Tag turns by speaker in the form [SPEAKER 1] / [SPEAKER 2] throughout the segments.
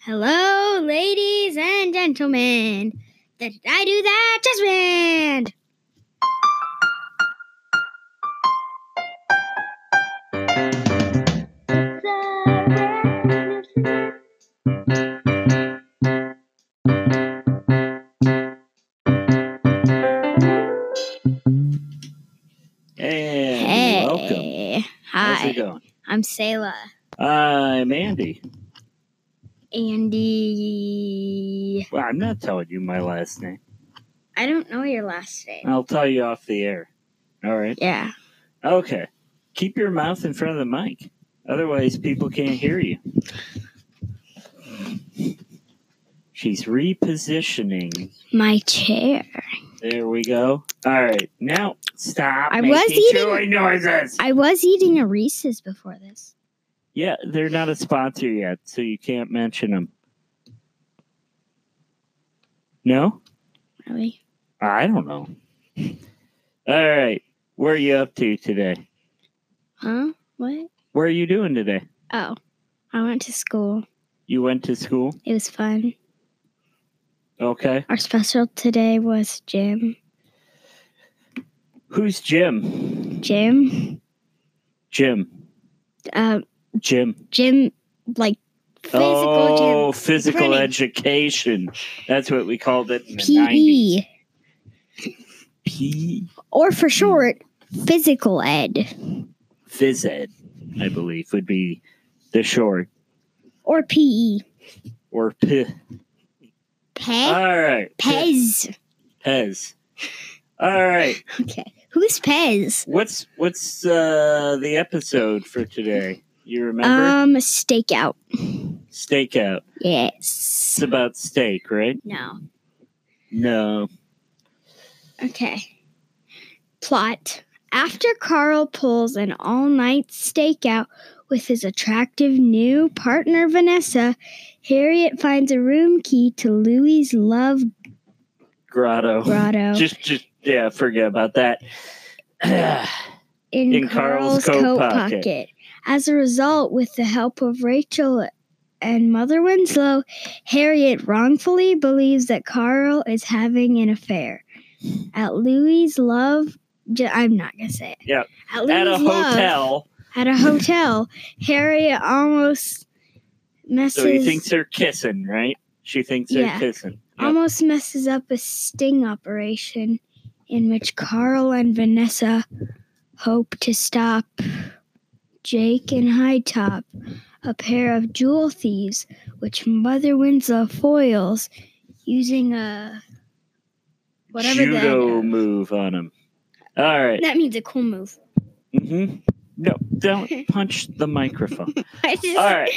[SPEAKER 1] Hello, ladies and gentlemen. Did I do that, Desmond?
[SPEAKER 2] And welcome.
[SPEAKER 1] Hey.
[SPEAKER 2] How's
[SPEAKER 1] Hi.
[SPEAKER 2] it going?
[SPEAKER 1] I'm Selah.
[SPEAKER 2] I'm Andy.
[SPEAKER 1] Andy.
[SPEAKER 2] Well, I'm not telling you my last name.
[SPEAKER 1] I don't know your last name.
[SPEAKER 2] I'll tell you off the air. All right.
[SPEAKER 1] Yeah.
[SPEAKER 2] Okay. Keep your mouth in front of the mic. Otherwise, people can't hear you. She's repositioning.
[SPEAKER 1] My chair.
[SPEAKER 2] There we go. All right. Now, stop
[SPEAKER 1] I
[SPEAKER 2] making
[SPEAKER 1] was eating-
[SPEAKER 2] chewing noises.
[SPEAKER 1] I was eating a Reese's before this.
[SPEAKER 2] Yeah, they're not a sponsor yet, so you can't mention them. No?
[SPEAKER 1] Really?
[SPEAKER 2] I don't know. All right. Where are you up to today?
[SPEAKER 1] Huh? What?
[SPEAKER 2] Where are you doing today?
[SPEAKER 1] Oh. I went to school.
[SPEAKER 2] You went to school?
[SPEAKER 1] It was fun.
[SPEAKER 2] Okay.
[SPEAKER 1] Our special today was gym.
[SPEAKER 2] Who's Jim?
[SPEAKER 1] Gym?
[SPEAKER 2] Jim.
[SPEAKER 1] Uh,
[SPEAKER 2] Jim.
[SPEAKER 1] gym, like physical gym.
[SPEAKER 2] oh, physical
[SPEAKER 1] Running.
[SPEAKER 2] education. That's what we called it in
[SPEAKER 1] E.
[SPEAKER 2] the 90s.
[SPEAKER 1] PE.
[SPEAKER 2] P.
[SPEAKER 1] or for short, physical ed
[SPEAKER 2] Phys Ed, I believe, would be the short.
[SPEAKER 1] or E. PE.
[SPEAKER 2] Or P.
[SPEAKER 1] Pe-
[SPEAKER 2] All
[SPEAKER 1] E.
[SPEAKER 2] right. E.
[SPEAKER 1] Pez.
[SPEAKER 2] Pez. E All right.
[SPEAKER 1] Okay. Who's Pez?
[SPEAKER 2] What's what's uh the episode for today? You remember?
[SPEAKER 1] Um, stakeout.
[SPEAKER 2] Stakeout. It's
[SPEAKER 1] Yes.
[SPEAKER 2] about steak, right?
[SPEAKER 1] No.
[SPEAKER 2] No.
[SPEAKER 1] Okay. Plot. After Carl pulls an all night stakeout with his attractive new partner, Vanessa, Harriet finds a room key to Louie's love
[SPEAKER 2] Grotto.
[SPEAKER 1] grotto
[SPEAKER 2] Just just yeah, forget about that.
[SPEAKER 1] in,
[SPEAKER 2] in
[SPEAKER 1] Carl's,
[SPEAKER 2] Carl's
[SPEAKER 1] coat
[SPEAKER 2] coat
[SPEAKER 1] pocket.
[SPEAKER 2] pocket.
[SPEAKER 1] As a result, with the help of Rachel and Mother Winslow, Harriet wrongfully believes that Carl is having an affair. At Louis' love, j- I'm not gonna say it.
[SPEAKER 2] Yep.
[SPEAKER 1] At Louis'
[SPEAKER 2] At a
[SPEAKER 1] love,
[SPEAKER 2] hotel.
[SPEAKER 1] At a hotel, Harriet almost messes
[SPEAKER 2] So he thinks they're kissing, right? She thinks they're
[SPEAKER 1] Yeah.
[SPEAKER 2] kissing. Yep.
[SPEAKER 1] almost messes up a sting operation in which Carl and Vanessa hope to stop Jake and Hightop, a pair of jewel thieves, which Mother Winslow foils using a whatever
[SPEAKER 2] Judo
[SPEAKER 1] that, uh,
[SPEAKER 2] move on him. All right.
[SPEAKER 1] that means a cool move.
[SPEAKER 2] Mm-hmm. No, don't punch the microphone.
[SPEAKER 1] I just-
[SPEAKER 2] All right.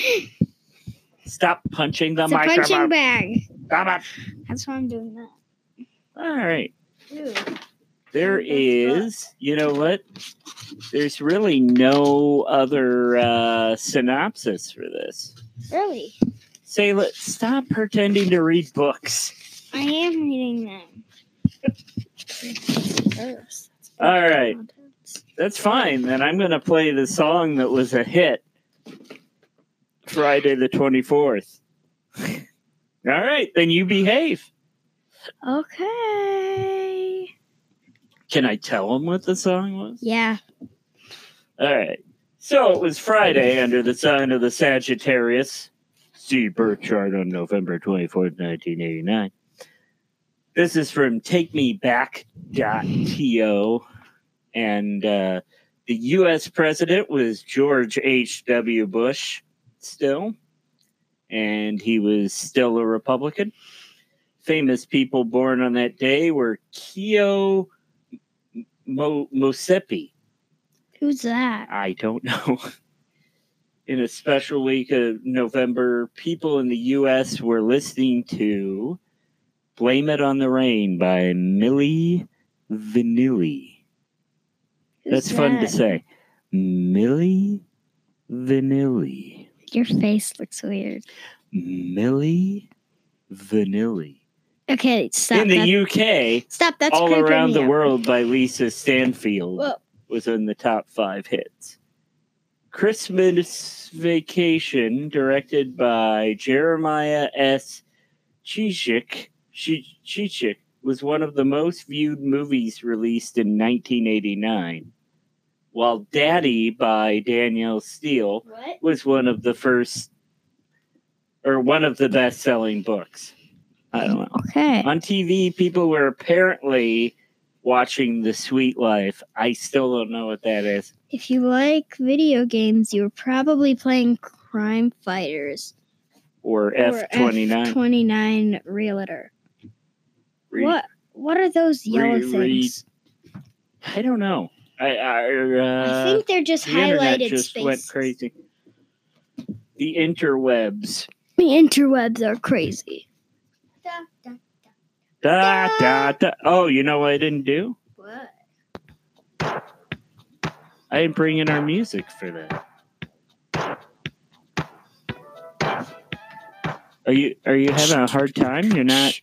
[SPEAKER 2] Stop punching the
[SPEAKER 1] It's a punching
[SPEAKER 2] microphone.
[SPEAKER 1] bag.
[SPEAKER 2] Stop it.
[SPEAKER 1] That's why I'm doing that.
[SPEAKER 2] All right.
[SPEAKER 1] Ooh.
[SPEAKER 2] There
[SPEAKER 1] That's rough.
[SPEAKER 2] is, you know what? There's really no other uh, synopsis for this.
[SPEAKER 1] Really?
[SPEAKER 2] Say, let stop pretending to read books.
[SPEAKER 1] I am reading them. First.
[SPEAKER 2] All right, that's fine. Then I'm going to play the song that was a hit Friday the 24th. All right, then you behave.
[SPEAKER 1] Okay.
[SPEAKER 2] Can I tell him what the song was?
[SPEAKER 1] Yeah.
[SPEAKER 2] All right. So it was Friday under the sign of the Sagittarius. See birth chart on November 24th, 1989. This is from TakeMeBack.to. And uh, the U.S. president was George H.W. Bush still. And he was still a Republican. Famous people born on that day were Keo Mo- Mosepi.
[SPEAKER 1] Who's that?
[SPEAKER 2] I don't know. In a special week of November, people in the U.S. were listening to Blame It on the Rain by Millie Vanilli.
[SPEAKER 1] Who's
[SPEAKER 2] That's fun to
[SPEAKER 1] that?
[SPEAKER 2] say. Millie Vanilli.
[SPEAKER 1] Your face looks weird.
[SPEAKER 2] Millie Vanilli.
[SPEAKER 1] Okay, stop.
[SPEAKER 2] In the
[SPEAKER 1] that.
[SPEAKER 2] UK,
[SPEAKER 1] stop. That's
[SPEAKER 2] All
[SPEAKER 1] creeping
[SPEAKER 2] Around
[SPEAKER 1] me
[SPEAKER 2] the
[SPEAKER 1] out.
[SPEAKER 2] World by Lisa Stanfield
[SPEAKER 1] Whoa.
[SPEAKER 2] was in the top five hits. Christmas Vacation, directed by Jeremiah S. Chichik, Chi- Chichik was one of the most viewed movies released in 1989, while Daddy by Danielle Steele
[SPEAKER 1] What?
[SPEAKER 2] was one of the first or one of the best selling books. I don't know
[SPEAKER 1] Okay.
[SPEAKER 2] on TV, people were apparently watching The Sweet Life. I still don't know what that is.
[SPEAKER 1] If you like video games, you were probably playing Crime Fighters
[SPEAKER 2] Or F twenty nine.
[SPEAKER 1] Twenty nine Realtor. What? What are those yellow
[SPEAKER 2] re-
[SPEAKER 1] things?
[SPEAKER 2] I don't know. I I,
[SPEAKER 1] I
[SPEAKER 2] uh,
[SPEAKER 1] think they're just
[SPEAKER 2] the internet
[SPEAKER 1] highlighted
[SPEAKER 2] just
[SPEAKER 1] space.
[SPEAKER 2] went crazy. The interwebs.
[SPEAKER 1] The interwebs are crazy.
[SPEAKER 2] Da,
[SPEAKER 1] Da.
[SPEAKER 2] da, da. Oh, you know what I didn't do?
[SPEAKER 1] What?
[SPEAKER 2] I didn't bring in our music for that. Are you are you having a hard time? You're not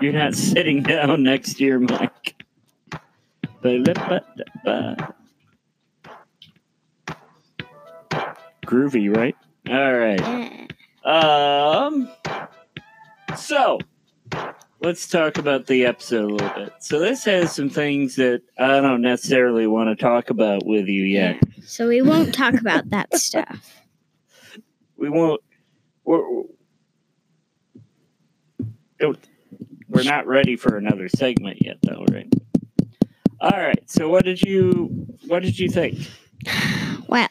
[SPEAKER 2] you're not sitting down next to your mic. Ba-da-ba-da-ba. Groovy, right? All right.
[SPEAKER 1] Yeah.
[SPEAKER 2] Um. So, let's talk about the episode a little bit. So, this has some things that I don't necessarily want to talk about with you yet.
[SPEAKER 1] So we won't talk about that stuff.
[SPEAKER 2] We won't. We're, we're we're not ready for another segment yet, though, right? All right. So, what did you what did you think?
[SPEAKER 1] Well,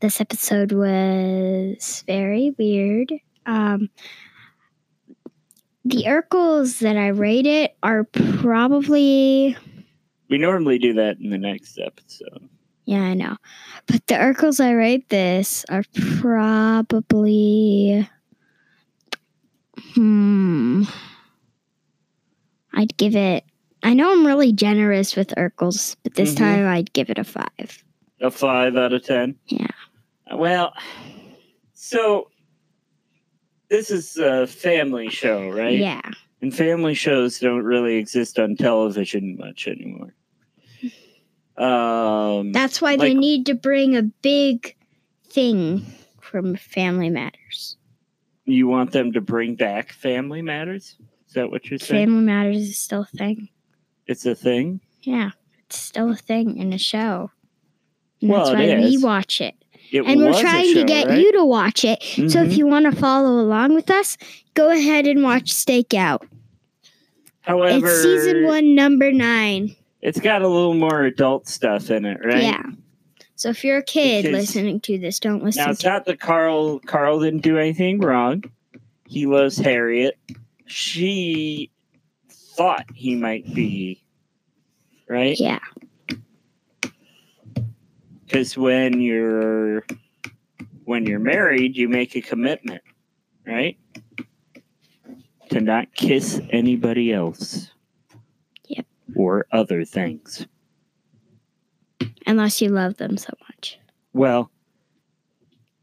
[SPEAKER 1] this episode was very weird. Um, the Urkels that I rate it are probably
[SPEAKER 2] We normally do that in the next episode.
[SPEAKER 1] yeah, I know, but the Urkels I rate this are probably hmm. I'd give it. I know I'm really generous with Urkels, but this
[SPEAKER 2] Mhm.
[SPEAKER 1] time I'd give it a five.
[SPEAKER 2] A five out of ten. Uh,
[SPEAKER 1] Yeah.
[SPEAKER 2] Well, so this is a family show, right?
[SPEAKER 1] Yeah.
[SPEAKER 2] And family shows don't really exist on television much anymore. Um,
[SPEAKER 1] That's why they
[SPEAKER 2] Like-
[SPEAKER 1] need to bring a big thing from Family Matters.
[SPEAKER 2] you want them to bring back Family Matters? Is that what you're saying?
[SPEAKER 1] Family Matters is still a thing.
[SPEAKER 2] it's a thing.
[SPEAKER 1] Yeah. It's still a thing in a show. And
[SPEAKER 2] Well,
[SPEAKER 1] that's why
[SPEAKER 2] it
[SPEAKER 1] we
[SPEAKER 2] is.
[SPEAKER 1] watch it.
[SPEAKER 2] It
[SPEAKER 1] And we're
[SPEAKER 2] was a
[SPEAKER 1] trying to
[SPEAKER 2] show,
[SPEAKER 1] get
[SPEAKER 2] right?
[SPEAKER 1] you to watch it. So
[SPEAKER 2] Mhm.
[SPEAKER 1] if you want to follow along with us, go ahead and watch Stakeout.
[SPEAKER 2] However,
[SPEAKER 1] It's season one, number nine.
[SPEAKER 2] It's got a little more adult stuff in it, right?
[SPEAKER 1] Yeah. So if you're a kid
[SPEAKER 2] Because-
[SPEAKER 1] listening to this, don't
[SPEAKER 2] Now
[SPEAKER 1] listen
[SPEAKER 2] it's
[SPEAKER 1] to
[SPEAKER 2] not that Carl Carl didn't do anything wrong. He loves Harriet. She thought he might be right
[SPEAKER 1] Yeah.
[SPEAKER 2] because when you're when you're married, you make a commitment, right? To not kiss anybody else.
[SPEAKER 1] Yep.
[SPEAKER 2] Or other things.
[SPEAKER 1] Unless you love them so much.
[SPEAKER 2] Well,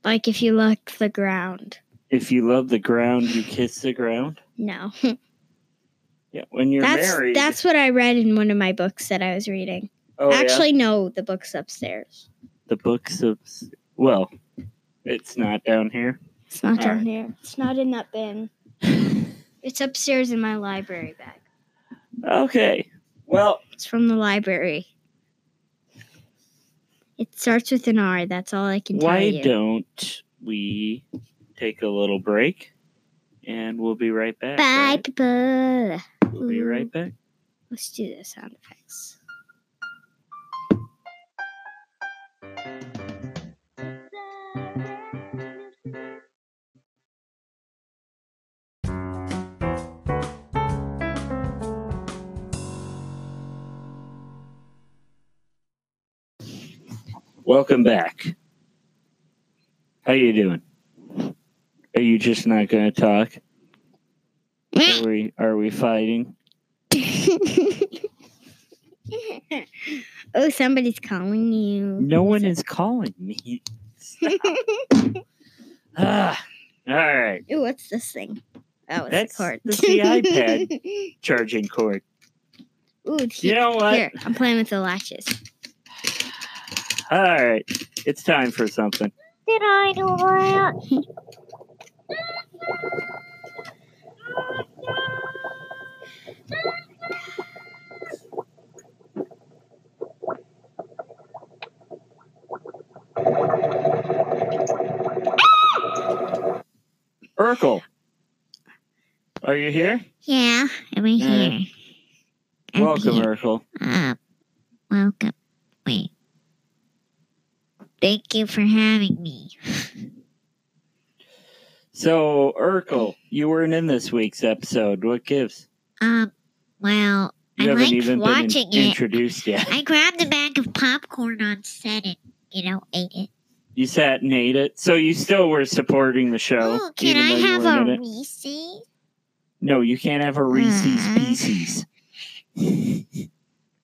[SPEAKER 1] Like if you liked the ground.
[SPEAKER 2] if you love the ground, you kiss the ground.
[SPEAKER 1] No.
[SPEAKER 2] Yeah. When you're
[SPEAKER 1] that's
[SPEAKER 2] married,
[SPEAKER 1] that's what I read in one of my books that I was reading.
[SPEAKER 2] Oh, yeah?
[SPEAKER 1] Actually, no, the book's upstairs.
[SPEAKER 2] the books of well it's not down here
[SPEAKER 1] It's not down
[SPEAKER 2] Alright.
[SPEAKER 1] here. It's not in that bin. It's upstairs in my library bag.
[SPEAKER 2] okay well
[SPEAKER 1] It's from the library. It starts with an R. That's all I can tell
[SPEAKER 2] why
[SPEAKER 1] you.
[SPEAKER 2] don't we take a little break and we'll be right back
[SPEAKER 1] Bye,
[SPEAKER 2] right?
[SPEAKER 1] people.
[SPEAKER 2] we'll be right back
[SPEAKER 1] Let's do the sound effects.
[SPEAKER 2] welcome back how you doing are you just not gonna talk are we are we fighting
[SPEAKER 1] oh, somebody's calling you.
[SPEAKER 2] no one is calling me ah, all right
[SPEAKER 1] Ooh, what's this thing? Oh, it's
[SPEAKER 2] That's-
[SPEAKER 1] a cord.
[SPEAKER 2] that's the iPad. charging cord
[SPEAKER 1] Ooh,
[SPEAKER 2] you
[SPEAKER 1] here,
[SPEAKER 2] know what
[SPEAKER 1] here, I'm playing with the latches.
[SPEAKER 2] All right. It's time for something.
[SPEAKER 3] Did I do that?
[SPEAKER 2] Urkel, are you here?
[SPEAKER 3] Yeah, I'm right
[SPEAKER 2] Yeah.
[SPEAKER 3] here. I'm
[SPEAKER 2] Mm. Welcome,
[SPEAKER 3] here.
[SPEAKER 2] Urkel.
[SPEAKER 3] Uh, welcome. Wait. Thank you for having me.
[SPEAKER 2] So, Urkel, you weren't in this week's episode. What gives?
[SPEAKER 3] Um, well,
[SPEAKER 2] You
[SPEAKER 3] I
[SPEAKER 2] haven't
[SPEAKER 3] liked
[SPEAKER 2] even
[SPEAKER 3] watching
[SPEAKER 2] been in-
[SPEAKER 3] it.
[SPEAKER 2] introduced yet.
[SPEAKER 3] I grabbed a bag of popcorn on set and, you know, ate it.
[SPEAKER 2] You sat and ate it, so you still were supporting the show.
[SPEAKER 3] Oh, can
[SPEAKER 2] even
[SPEAKER 3] I
[SPEAKER 2] though you
[SPEAKER 3] have
[SPEAKER 2] weren't
[SPEAKER 3] a
[SPEAKER 2] in it.
[SPEAKER 3] Reese?
[SPEAKER 2] No, you can't have a Reese's
[SPEAKER 3] Uh.
[SPEAKER 2] Pieces.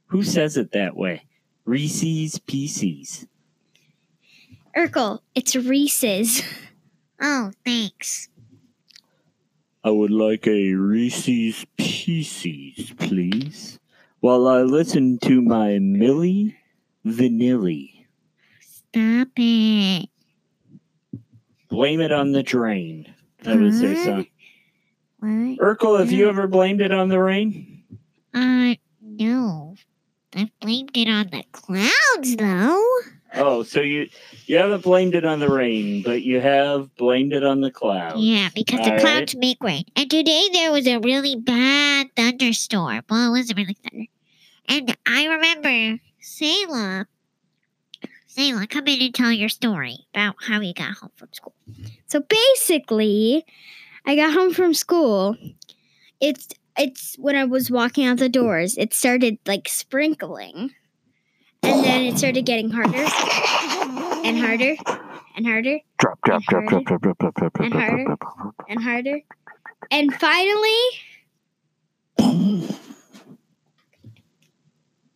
[SPEAKER 2] Who says it that way? Reese's Pieces.
[SPEAKER 1] Urkel, it's Reese's.
[SPEAKER 3] Oh, thanks.
[SPEAKER 2] I would like a Reese's Pieces, please. While I listen to my Millie Vanilli.
[SPEAKER 3] Stop it.
[SPEAKER 2] Blame it on the drain. That was their song.
[SPEAKER 3] What?
[SPEAKER 2] Urkel, have you ever blamed it on the rain?
[SPEAKER 3] Uh, no. I blamed it on the clouds, though.
[SPEAKER 2] Oh, so you you haven't blamed it on the rain, but you have blamed it on the clouds.
[SPEAKER 3] Yeah, because the
[SPEAKER 2] All
[SPEAKER 3] clouds make rain. And today there was a really bad thunderstorm. Well, it wasn't really thunder. And I remember Selah, Selah, come in and tell your story about how you got home from school.
[SPEAKER 1] So basically, I got home from school. It's it's when I was walking out the doors, it started like sprinkling. And then it started getting harder and harder and harder
[SPEAKER 4] drop, drop,
[SPEAKER 1] And
[SPEAKER 4] drop, drop, drop, drop, drop, drop,
[SPEAKER 1] And
[SPEAKER 4] drop,
[SPEAKER 1] harder.
[SPEAKER 4] drop, drop, drop.
[SPEAKER 1] and harder. And finally,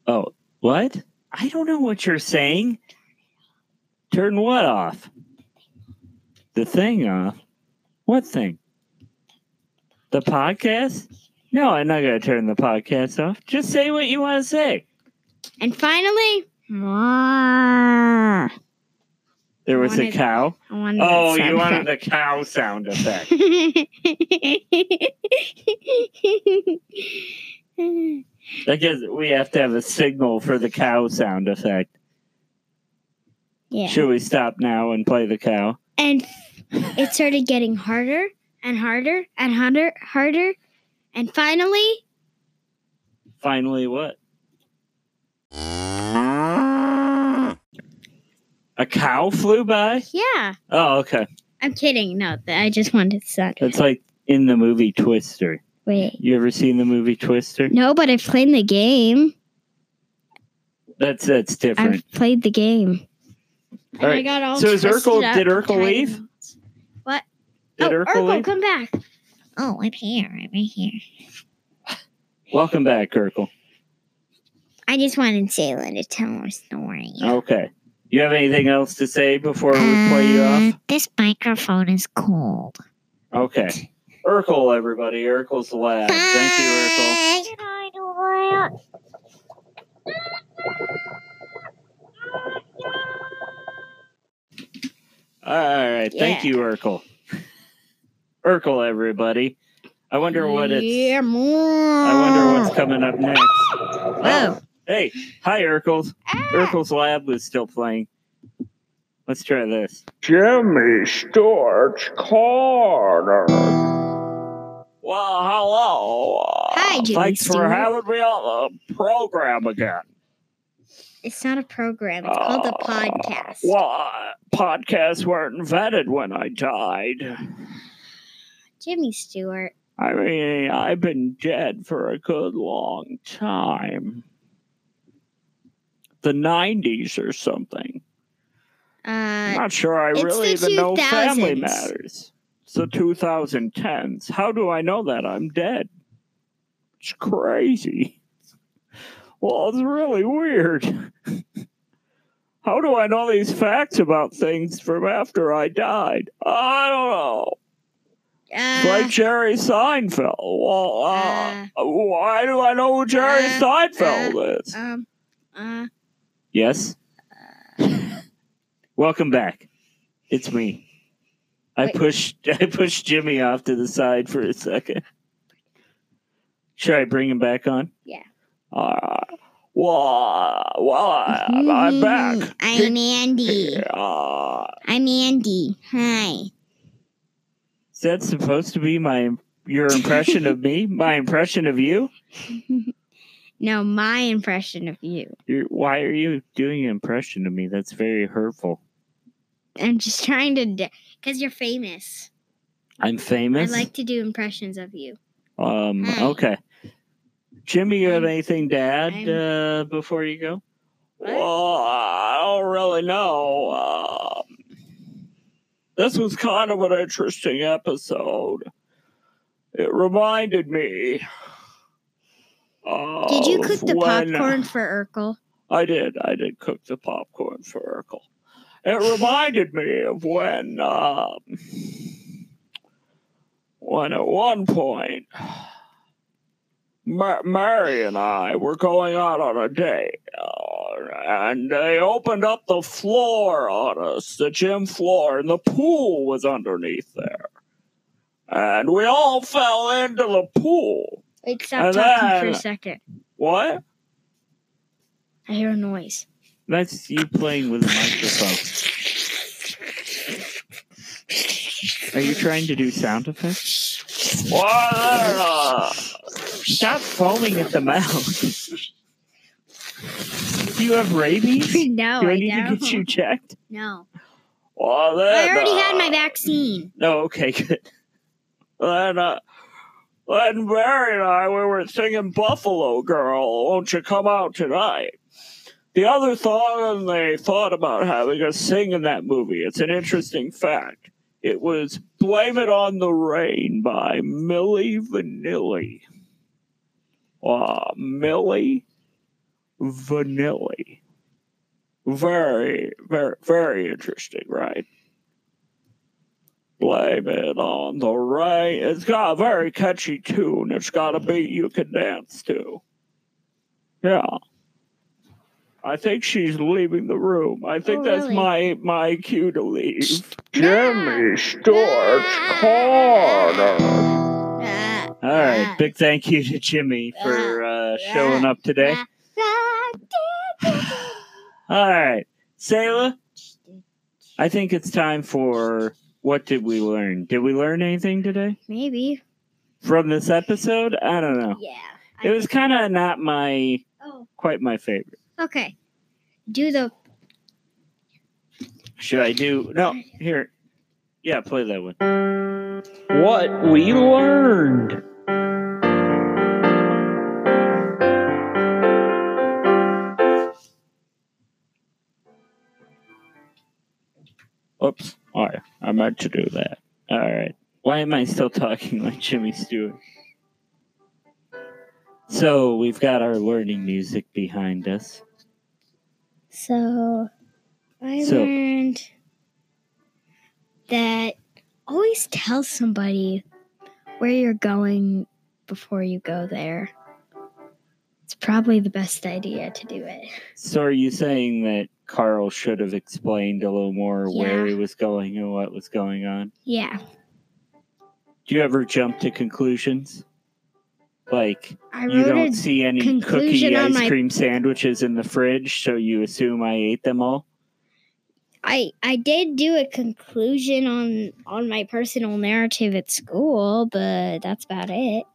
[SPEAKER 2] Oh, what? I don't know what you're saying. Turn what off? The thing off? What thing? The podcast? No, I'm not going to turn the podcast off. Just say what you want to say.
[SPEAKER 1] and finally,
[SPEAKER 3] Mwah.
[SPEAKER 2] There was a
[SPEAKER 1] Wanted-
[SPEAKER 2] cow.
[SPEAKER 1] I wanted that
[SPEAKER 2] Oh,
[SPEAKER 1] sound
[SPEAKER 2] you wanted
[SPEAKER 1] effect.
[SPEAKER 2] the cow sound effect. I guess we have to have a signal for the cow sound effect.
[SPEAKER 1] yeah.
[SPEAKER 2] Should we stop now and play the cow?
[SPEAKER 1] And it started getting harder and harder and harder, harder. And finally,
[SPEAKER 2] Finally, what? A cow flew by?
[SPEAKER 1] yeah.
[SPEAKER 2] Oh, okay.
[SPEAKER 1] I'm kidding. No, th- I just wanted to sound.
[SPEAKER 2] That's like in the movie Twister.
[SPEAKER 1] Wait.
[SPEAKER 2] You ever seen the movie Twister?
[SPEAKER 1] No, but I've played the game.
[SPEAKER 2] That's that's different.
[SPEAKER 1] I've played the game.
[SPEAKER 2] All right.
[SPEAKER 1] got all
[SPEAKER 2] So is
[SPEAKER 1] twisted
[SPEAKER 2] Urkel-
[SPEAKER 1] up
[SPEAKER 2] did Urkel
[SPEAKER 1] trying
[SPEAKER 2] leave?
[SPEAKER 1] to-
[SPEAKER 2] Did
[SPEAKER 1] oh,
[SPEAKER 2] Urkel leave?
[SPEAKER 1] come back.
[SPEAKER 3] Oh, I'm here. I'm right here.
[SPEAKER 2] Welcome back, Urkel.
[SPEAKER 3] I just wanted Selah to tell her story.
[SPEAKER 2] Okay. You have anything else to say before we play you
[SPEAKER 3] Uh,
[SPEAKER 1] Um,
[SPEAKER 2] off?
[SPEAKER 3] This microphone is cold.
[SPEAKER 2] Okay. Urkel, everybody. Urkel's lab. Thank you, Urkel.
[SPEAKER 3] Did I do that?
[SPEAKER 2] All right. Thank
[SPEAKER 1] Yeah.
[SPEAKER 2] you, Urkel. Urkel, everybody. I wonder what it's.
[SPEAKER 1] Yeah, more.
[SPEAKER 2] I wonder what's coming up next.
[SPEAKER 1] Oh.
[SPEAKER 2] Hey, hi, Urkels.
[SPEAKER 3] Ah,
[SPEAKER 2] Urkel's lab was still playing. Let's try this.
[SPEAKER 4] Jimmy Storch Corner.
[SPEAKER 2] Well, hello. Uh,
[SPEAKER 1] Hi, Jimmy
[SPEAKER 2] Thanks for
[SPEAKER 1] Stewart.
[SPEAKER 2] having me on the program again.
[SPEAKER 1] It's not a program. It's called a podcast.
[SPEAKER 2] Oh, Well, uh, podcasts weren't invented when I died.
[SPEAKER 1] Jimmy Stewart.
[SPEAKER 2] I mean, I've been dead for a good long time. The 90s or something. I'm
[SPEAKER 1] Uh,
[SPEAKER 2] not sure I
[SPEAKER 1] it's
[SPEAKER 2] really
[SPEAKER 1] the
[SPEAKER 2] even know family
[SPEAKER 1] 2000s.
[SPEAKER 2] matters. It's the 2010s. How do I know that I'm dead? It's crazy. Well, it's really weird. How do I know these facts about things from after I died? I don't know. It's
[SPEAKER 1] uh,
[SPEAKER 2] like Jerry Seinfeld. Well, uh, why do I know who Jerry
[SPEAKER 1] uh,
[SPEAKER 2] Seinfeld is?
[SPEAKER 1] um, uh,
[SPEAKER 2] yes. Welcome back. It's me. I
[SPEAKER 1] Wait.
[SPEAKER 2] pushed I pushed Jimmy off to the side for a second. Should I bring him back on?
[SPEAKER 1] Yeah.
[SPEAKER 2] Uh, wah, wah, I'm back.
[SPEAKER 5] I'm Andy.
[SPEAKER 2] Uh,
[SPEAKER 5] I'm Andy. Hi.
[SPEAKER 2] is that supposed to be my your impression of me? My impression of you?
[SPEAKER 1] Now, my impression of you.
[SPEAKER 2] You're, why are you doing an impression of me? That's very hurtful.
[SPEAKER 1] I'm just trying to. Because you're famous.
[SPEAKER 2] I'm famous.
[SPEAKER 1] I like to do impressions of you.
[SPEAKER 2] Um.
[SPEAKER 1] Hmm.
[SPEAKER 5] Hi.
[SPEAKER 2] Okay. Jimmy, you have anything to add
[SPEAKER 1] I'm-
[SPEAKER 2] uh, before you go?
[SPEAKER 1] What?
[SPEAKER 2] Well, I don't really know. Um this was kind of an interesting episode. It reminded me.
[SPEAKER 1] Did you
[SPEAKER 2] of
[SPEAKER 1] cook the
[SPEAKER 2] Oh, when-
[SPEAKER 1] popcorn for Urkel?
[SPEAKER 2] I did. I did cook the popcorn for Urkel. It reminded me of when, um, when at one point, Ma- Mary and I were going out on a date, uh, and they opened up the floor on us, the gym floor, and the pool was underneath there. And we all fell into the pool.
[SPEAKER 1] Wait,
[SPEAKER 2] I
[SPEAKER 1] stop talking for
[SPEAKER 2] know.
[SPEAKER 1] a second.
[SPEAKER 2] What?
[SPEAKER 1] I hear a noise.
[SPEAKER 2] That's you playing with a microphone. Are you trying to do sound effects? Stop foaming at the mouth. Do you have rabies? Do
[SPEAKER 1] no,
[SPEAKER 2] I
[SPEAKER 1] I
[SPEAKER 2] need to
[SPEAKER 1] don't.
[SPEAKER 2] get you checked?
[SPEAKER 1] No.
[SPEAKER 2] Well,
[SPEAKER 1] I
[SPEAKER 2] then,
[SPEAKER 1] already had
[SPEAKER 2] uh,
[SPEAKER 1] my vaccine.
[SPEAKER 2] No, okay, good. Then, uh, then Barry and I, we were singing Buffalo Girl, Won't You Come Out Tonight? The other song they thought about having us sing in that movie, it's an interesting fact. It was Blame It on the Rain by Millie Vanilli. Uh, Millie Vanilli. Very, very, very interesting, right? Blame it on the rain. It's got a very catchy tune. It's got a beat you can dance to. Yeah. I think she's leaving the room. I think
[SPEAKER 1] Oh,
[SPEAKER 2] that's
[SPEAKER 1] really?
[SPEAKER 2] my my cue to leave.
[SPEAKER 4] Jimmy Storch Corner.
[SPEAKER 1] Uh,
[SPEAKER 2] All right,
[SPEAKER 1] Yeah.
[SPEAKER 2] big thank you to Jimmy for uh, showing up today.
[SPEAKER 5] Yeah.
[SPEAKER 2] All right, Sayla, I think it's time for what did we learn? Did we learn anything today
[SPEAKER 1] maybe.
[SPEAKER 2] from this episode? I don't know.
[SPEAKER 1] Yeah.
[SPEAKER 2] Oh. It was kind of not my
[SPEAKER 1] Oh,
[SPEAKER 2] quite my favorite.
[SPEAKER 1] okay. Do the.
[SPEAKER 2] Should I do? No, here. Yeah, play that one.
[SPEAKER 4] What we learned.
[SPEAKER 2] Oops. All right, I meant to do that. All right. Why am I still talking like Jimmy Stewart? So we've got our learning music behind us.
[SPEAKER 1] So, I
[SPEAKER 2] So-
[SPEAKER 1] learned that always tell somebody where you're going before you go there. It's probably the best idea to do it.
[SPEAKER 2] So are you saying that Carl should have explained a little more where he was going and what was going on?
[SPEAKER 1] Yeah.
[SPEAKER 2] Do you ever jump to conclusions? Like
[SPEAKER 1] I
[SPEAKER 2] you
[SPEAKER 1] wrote
[SPEAKER 2] don't
[SPEAKER 1] it.
[SPEAKER 2] see any
[SPEAKER 1] conclusion
[SPEAKER 2] cookie
[SPEAKER 1] on
[SPEAKER 2] ice
[SPEAKER 1] my-
[SPEAKER 2] cream sandwiches in the fridge, so you assume I ate them all?
[SPEAKER 1] I I did do a conclusion on on my personal narrative at school, but that's about it.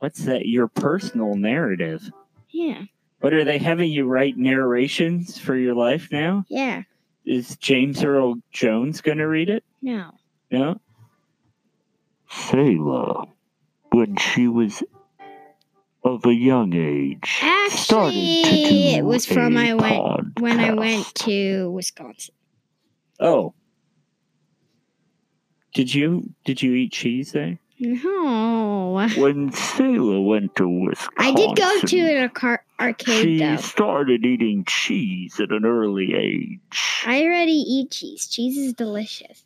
[SPEAKER 2] What's that? Your personal narrative.
[SPEAKER 1] Yeah.
[SPEAKER 2] What are they having you write narrations for your life now?
[SPEAKER 1] Yeah.
[SPEAKER 2] Is James Earl Jones gonna read it?
[SPEAKER 1] No.
[SPEAKER 2] No?
[SPEAKER 4] Sayla, when she was of a young age,
[SPEAKER 1] Actually, it was from I went when I went to Wisconsin.
[SPEAKER 2] Oh. Did you did you eat cheese there?
[SPEAKER 1] No.
[SPEAKER 4] When Sayla went to Wisconsin,
[SPEAKER 1] I did go to an arca- arcade
[SPEAKER 4] She
[SPEAKER 1] though.
[SPEAKER 4] started eating cheese at an early age.
[SPEAKER 1] I already eat cheese. Cheese is delicious.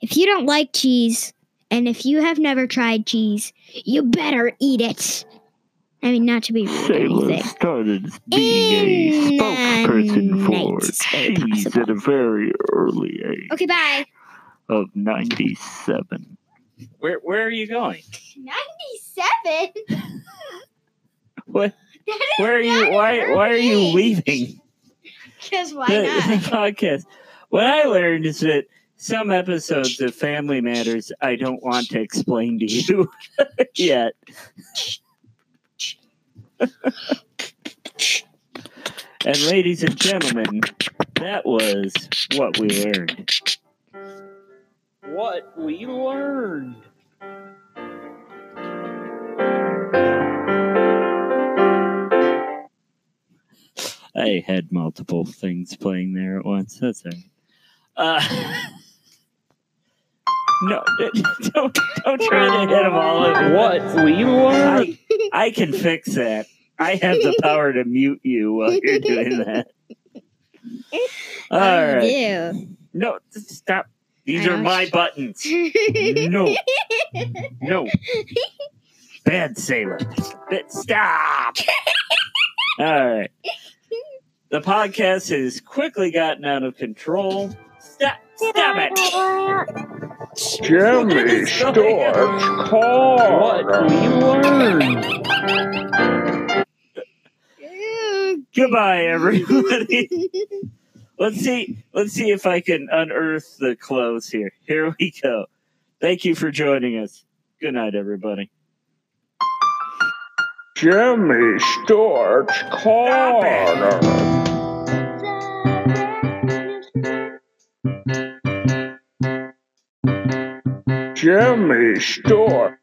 [SPEAKER 1] If you don't like cheese, and if you have never tried cheese, you better eat it. I mean, not to be rude or
[SPEAKER 4] Sailor
[SPEAKER 1] anything.
[SPEAKER 4] started being a
[SPEAKER 1] In the
[SPEAKER 4] spokesperson for
[SPEAKER 1] 90s, very
[SPEAKER 4] cheese at
[SPEAKER 1] possible.
[SPEAKER 4] a very early age
[SPEAKER 1] Okay, bye.
[SPEAKER 4] of 97.
[SPEAKER 2] Where where are you going?
[SPEAKER 1] 97?
[SPEAKER 2] What? Where are you? Why why are you leaving
[SPEAKER 1] Because why
[SPEAKER 2] the, the podcast? What I learned is that some episodes of Family Matters I don't want to explain to you yet. and ladies and gentlemen, that was what we learned. What we learned. I had multiple things playing there at once. That's all right. Uh, no, don't, don't try to hit them all at
[SPEAKER 6] What we learned.
[SPEAKER 2] I, I can fix that. I have the power to mute you while you're doing that. All right.
[SPEAKER 1] You
[SPEAKER 2] No, stop. These
[SPEAKER 1] I
[SPEAKER 2] are
[SPEAKER 1] know.
[SPEAKER 2] my buttons. No. No. Bad sailor. But stop. All right. The podcast has quickly gotten out of control. Stop. Stop it.
[SPEAKER 6] Jimmy Storm's car. What we learned.
[SPEAKER 2] Goodbye, everybody. let's see. Let's see if I can unearth the clothes here. Here we go. Thank you for joining us. Good night, everybody.
[SPEAKER 6] Jimmy Storm's car. Jimmy Storm.